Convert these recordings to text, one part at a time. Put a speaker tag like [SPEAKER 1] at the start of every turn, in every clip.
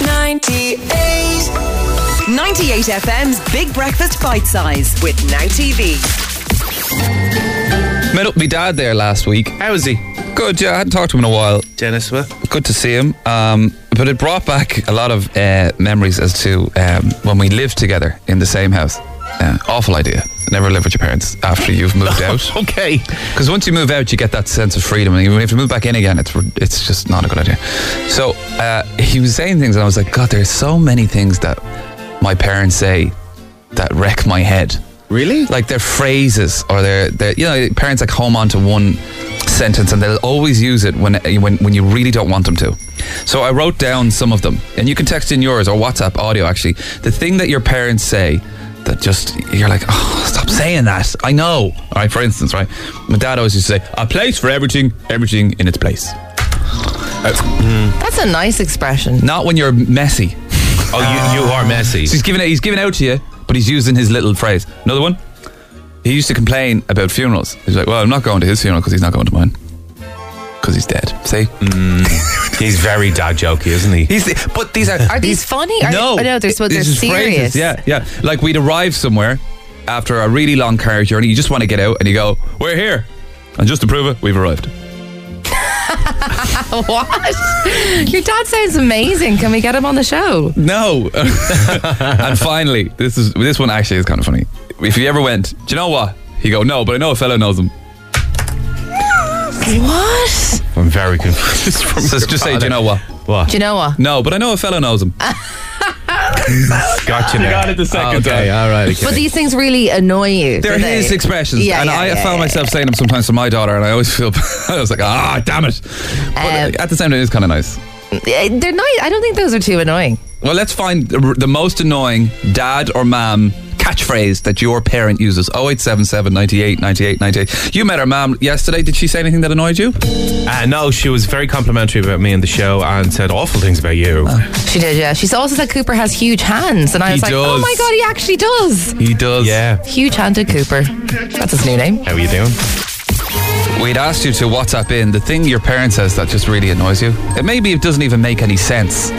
[SPEAKER 1] 98.
[SPEAKER 2] 98 FM's Big Breakfast Bite Size with Now TV.
[SPEAKER 3] Met up with my dad there last week.
[SPEAKER 4] How is he?
[SPEAKER 3] Good, yeah, I hadn't talked to him in a while.
[SPEAKER 4] Dennis, well,
[SPEAKER 3] Good to see him. Um, but it brought back a lot of uh, memories as to um, when we lived together in the same house. Uh, awful idea. Never live with your parents after you've moved out.
[SPEAKER 4] okay.
[SPEAKER 3] Because once you move out, you get that sense of freedom, and even if you move back in again, it's it's just not a good idea. So uh, he was saying things, and I was like, God, there's so many things that my parents say that wreck my head.
[SPEAKER 4] Really?
[SPEAKER 3] Like their phrases, or their their you know, parents like home onto one sentence, and they'll always use it when when when you really don't want them to. So I wrote down some of them, and you can text in yours or WhatsApp audio. Actually, the thing that your parents say that just you're like, oh, stop saying that. I know. All right, for instance, right, my dad always used to say, "A place for everything, everything in its place."
[SPEAKER 1] That's a nice expression.
[SPEAKER 3] Not when you're messy.
[SPEAKER 4] Oh, you, you are messy.
[SPEAKER 3] So he's giving it, he's giving out to you, but he's using his little phrase. Another one. He used to complain about funerals. He's like, "Well, I'm not going to his funeral because he's not going to mine because he's dead." See,
[SPEAKER 1] Mm.
[SPEAKER 4] He's very dad jokey, isn't he?
[SPEAKER 3] he's the, but these are
[SPEAKER 1] Are these funny? Are,
[SPEAKER 3] no,
[SPEAKER 1] oh, no, they're supposed
[SPEAKER 3] This
[SPEAKER 1] they're
[SPEAKER 3] is
[SPEAKER 1] serious.
[SPEAKER 3] phrases. Yeah, yeah. Like we'd arrive somewhere after a really long car journey. You just want to get out, and you go, "We're here," and just to prove it, we've arrived.
[SPEAKER 1] What? Your dad sounds amazing. Can we get him on the show?
[SPEAKER 3] No. and finally, this is this one actually is kind of funny. If you ever went, do you know what? He go, no, but I know a fellow knows him.
[SPEAKER 1] What?
[SPEAKER 4] I'm very confused. from
[SPEAKER 3] So
[SPEAKER 4] your
[SPEAKER 3] just say, do you know what?
[SPEAKER 4] What?
[SPEAKER 1] Do you know what?
[SPEAKER 3] No, but I know a fellow knows him.
[SPEAKER 1] Ah,
[SPEAKER 4] Gotcha now.
[SPEAKER 3] it the second
[SPEAKER 4] Okay, all right. Okay.
[SPEAKER 1] But these things really annoy you.
[SPEAKER 3] They're
[SPEAKER 1] do they?
[SPEAKER 3] his expressions,
[SPEAKER 1] Yeah,
[SPEAKER 3] and
[SPEAKER 1] yeah,
[SPEAKER 3] I
[SPEAKER 1] yeah,
[SPEAKER 3] found
[SPEAKER 1] yeah.
[SPEAKER 3] myself saying them sometimes to my daughter, and I always feel I was like, ah, damn it. But
[SPEAKER 1] Um,
[SPEAKER 3] at the same time, it's kind of nice.
[SPEAKER 1] Uh, They're nice. I don't think those are too annoying.
[SPEAKER 3] Well, let's find the, the most annoying dad or mom catchphrase that your parent uses. 0877 98 98 98. You met her mom yesterday. Did she say anything that annoyed you?
[SPEAKER 4] uh, no, she was very complimentary about me and the show and said awful things about you.
[SPEAKER 1] She did, yeah. She also said Cooper has huge hands, and I
[SPEAKER 3] He
[SPEAKER 1] was like, oh
[SPEAKER 3] does.
[SPEAKER 1] my god, he actually does.
[SPEAKER 3] He does.
[SPEAKER 4] yeah.
[SPEAKER 1] Huge-handed Cooper. That's his new name.
[SPEAKER 4] How are you doing?
[SPEAKER 3] We'd asked you to WhatsApp in the thing your parent says that just really annoys you. It maybe it doesn't even make any sense,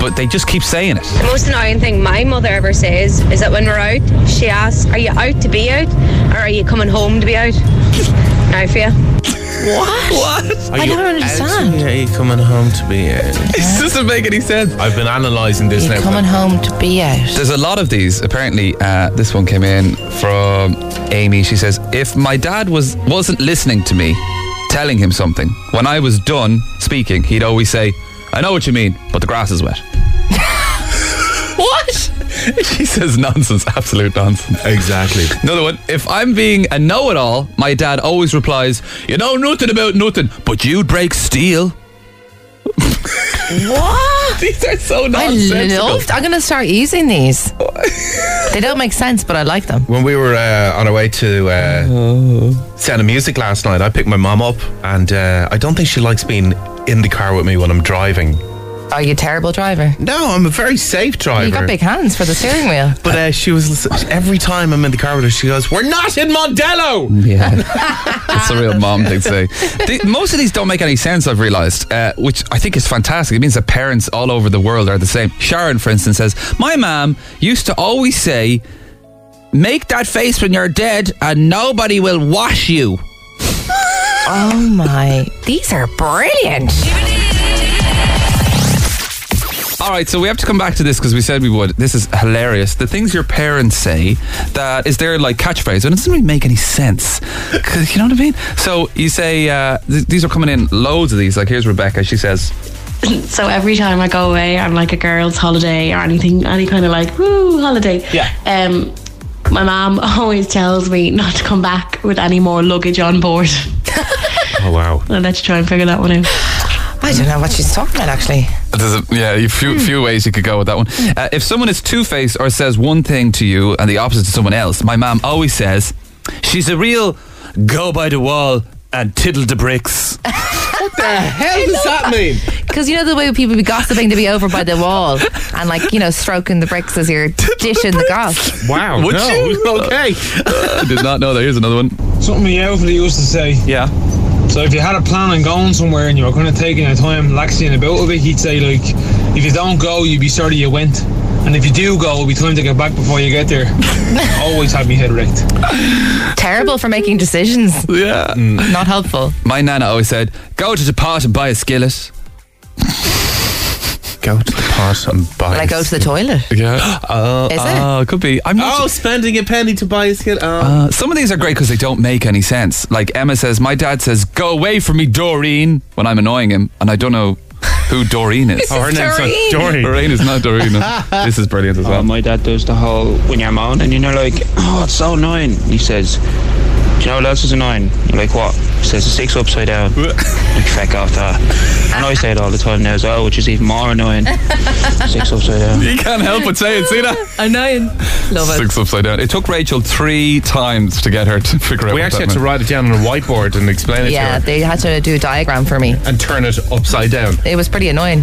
[SPEAKER 3] but they just keep saying it.
[SPEAKER 5] The most annoying thing my mother ever says is that when we're out, she asks, Are you out to be out or are you coming home to be out? now for you.
[SPEAKER 4] Are
[SPEAKER 1] I
[SPEAKER 4] you
[SPEAKER 1] don't
[SPEAKER 4] out?
[SPEAKER 1] understand.
[SPEAKER 4] Are you coming home to be out?
[SPEAKER 3] This doesn't make any sense.
[SPEAKER 4] I've been analysing this
[SPEAKER 1] He's
[SPEAKER 4] now.
[SPEAKER 1] coming home to be out.
[SPEAKER 3] There's a lot of these. Apparently, uh, this one came in from Amy. She says, "If my dad was wasn't listening to me, telling him something when I was done speaking, he'd always say." I know what you mean, but the grass is wet.
[SPEAKER 1] What?
[SPEAKER 3] she says nonsense, absolute nonsense.
[SPEAKER 4] Exactly.
[SPEAKER 3] Another one, if I'm being a know it all, my dad always replies, You know nothing about nothing, but you'd break steel.
[SPEAKER 1] What?
[SPEAKER 3] These are so
[SPEAKER 1] I
[SPEAKER 3] nonsensical.
[SPEAKER 1] loved. I'm gonna start using these. they don't make sense, but I like them.
[SPEAKER 4] when we were uh, on our way to uh,
[SPEAKER 1] Oh.
[SPEAKER 4] Sound of Music last night, I picked my mom up, and uh, I don't think she likes being in the car with me when I'm driving.
[SPEAKER 1] Are you a terrible driver?
[SPEAKER 4] No, I'm a very safe driver.
[SPEAKER 1] You got big hands for the steering wheel.
[SPEAKER 4] But uh, she was every time I'm in the car with her, she goes, "We're not in Mondello."
[SPEAKER 3] Yeah, that's a real mom thing to say. The, most of these don't make any sense. I've realised, uh, which I think is fantastic. It means that parents all over the world are the same. Sharon, for instance, says, "My mom used to always say, make that face when you're dead, and nobody will wash you."
[SPEAKER 1] Oh my! These are brilliant.
[SPEAKER 3] All right, so we have to come back to this because we said we would. This is hilarious. The things your parents say that is their like catchphrase, and it doesn't really make any sense. 'Cause- you know what I mean? So you say uh, th- these are coming in loads of these. Like here's Rebecca. She says.
[SPEAKER 6] So every time I go away on like a girls' holiday or anything, any kind of like woo holiday,
[SPEAKER 3] Yeah.
[SPEAKER 6] Um, my mom always tells me not to come back with any more luggage on board.
[SPEAKER 4] Oh wow!
[SPEAKER 6] I'll let you try and figure that one out.
[SPEAKER 1] I don't know what she's talking about. Actually,
[SPEAKER 3] There's a, yeah, a
[SPEAKER 4] Hmm.
[SPEAKER 3] few, few ways you could go with that one. Uh, if someone is two faced or says one thing to you and the opposite to someone else, my mom always says, she's a real go by the wall and tiddle the bricks.
[SPEAKER 4] Hell does that mean?
[SPEAKER 1] because you know the way people be gossiping to be over by the wall and like you know stroking the bricks as you're dishing the goss.
[SPEAKER 4] Wow!
[SPEAKER 3] Would
[SPEAKER 4] no.
[SPEAKER 3] you?
[SPEAKER 4] Okay.
[SPEAKER 3] I did not know that. Here's another one.
[SPEAKER 7] Something the elderly used to say.
[SPEAKER 3] Yeah.
[SPEAKER 7] So if you had a plan on going somewhere and you were going to take your time, laxing about a bit, he'd say like, if you don't go, you'll be sorry you went. And if you do go, it'll be time to get back before you get there. Always have me head raked.
[SPEAKER 1] Terrible for making decisions.
[SPEAKER 3] Yeah.
[SPEAKER 4] Hmm.
[SPEAKER 1] Not helpful.
[SPEAKER 3] My nana always said, go to the pot and buy a skillet.
[SPEAKER 4] Go to the pot and buy.
[SPEAKER 1] Like go to the toilet.
[SPEAKER 3] Yeah. Oh,
[SPEAKER 1] Is it?
[SPEAKER 3] oh, could be. I'm not.
[SPEAKER 4] Oh, spending a penny to buy a skin. Oh.
[SPEAKER 3] Uh, some of these are great because they don't make any sense. Like Emma says, my dad says, "Go away from me, Doreen," when I'm annoying him, and I don't know who Doreen is.
[SPEAKER 4] oh, her name's not Doreen.
[SPEAKER 3] Doreen is not Doreen. this is brilliant as
[SPEAKER 8] Uh,
[SPEAKER 3] well.
[SPEAKER 4] Um,
[SPEAKER 8] my dad does the whole when you're moaning and you're like, oh, it's so annoying. And he says, do you know what else is annoying? You're like, what? He says, the six upside down. like, feck off that. And I say it all the time now as well, which is even more annoying. six upside down.
[SPEAKER 3] you can't help but say it. See that?
[SPEAKER 1] Annoying. Love it.
[SPEAKER 3] Six upside down. It took Rachel three times to get her to figure out.
[SPEAKER 4] We
[SPEAKER 3] what
[SPEAKER 4] actually
[SPEAKER 3] that
[SPEAKER 4] had to
[SPEAKER 3] meant.
[SPEAKER 4] write it down on a whiteboard and explain it
[SPEAKER 1] Yeah,
[SPEAKER 4] to her
[SPEAKER 1] they had to do a diagram for me.
[SPEAKER 4] and turn it upside down.
[SPEAKER 1] It was pretty annoying.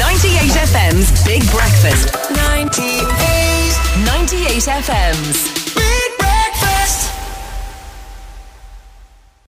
[SPEAKER 2] 98 FM's Big Breakfast. 98. 98 FM's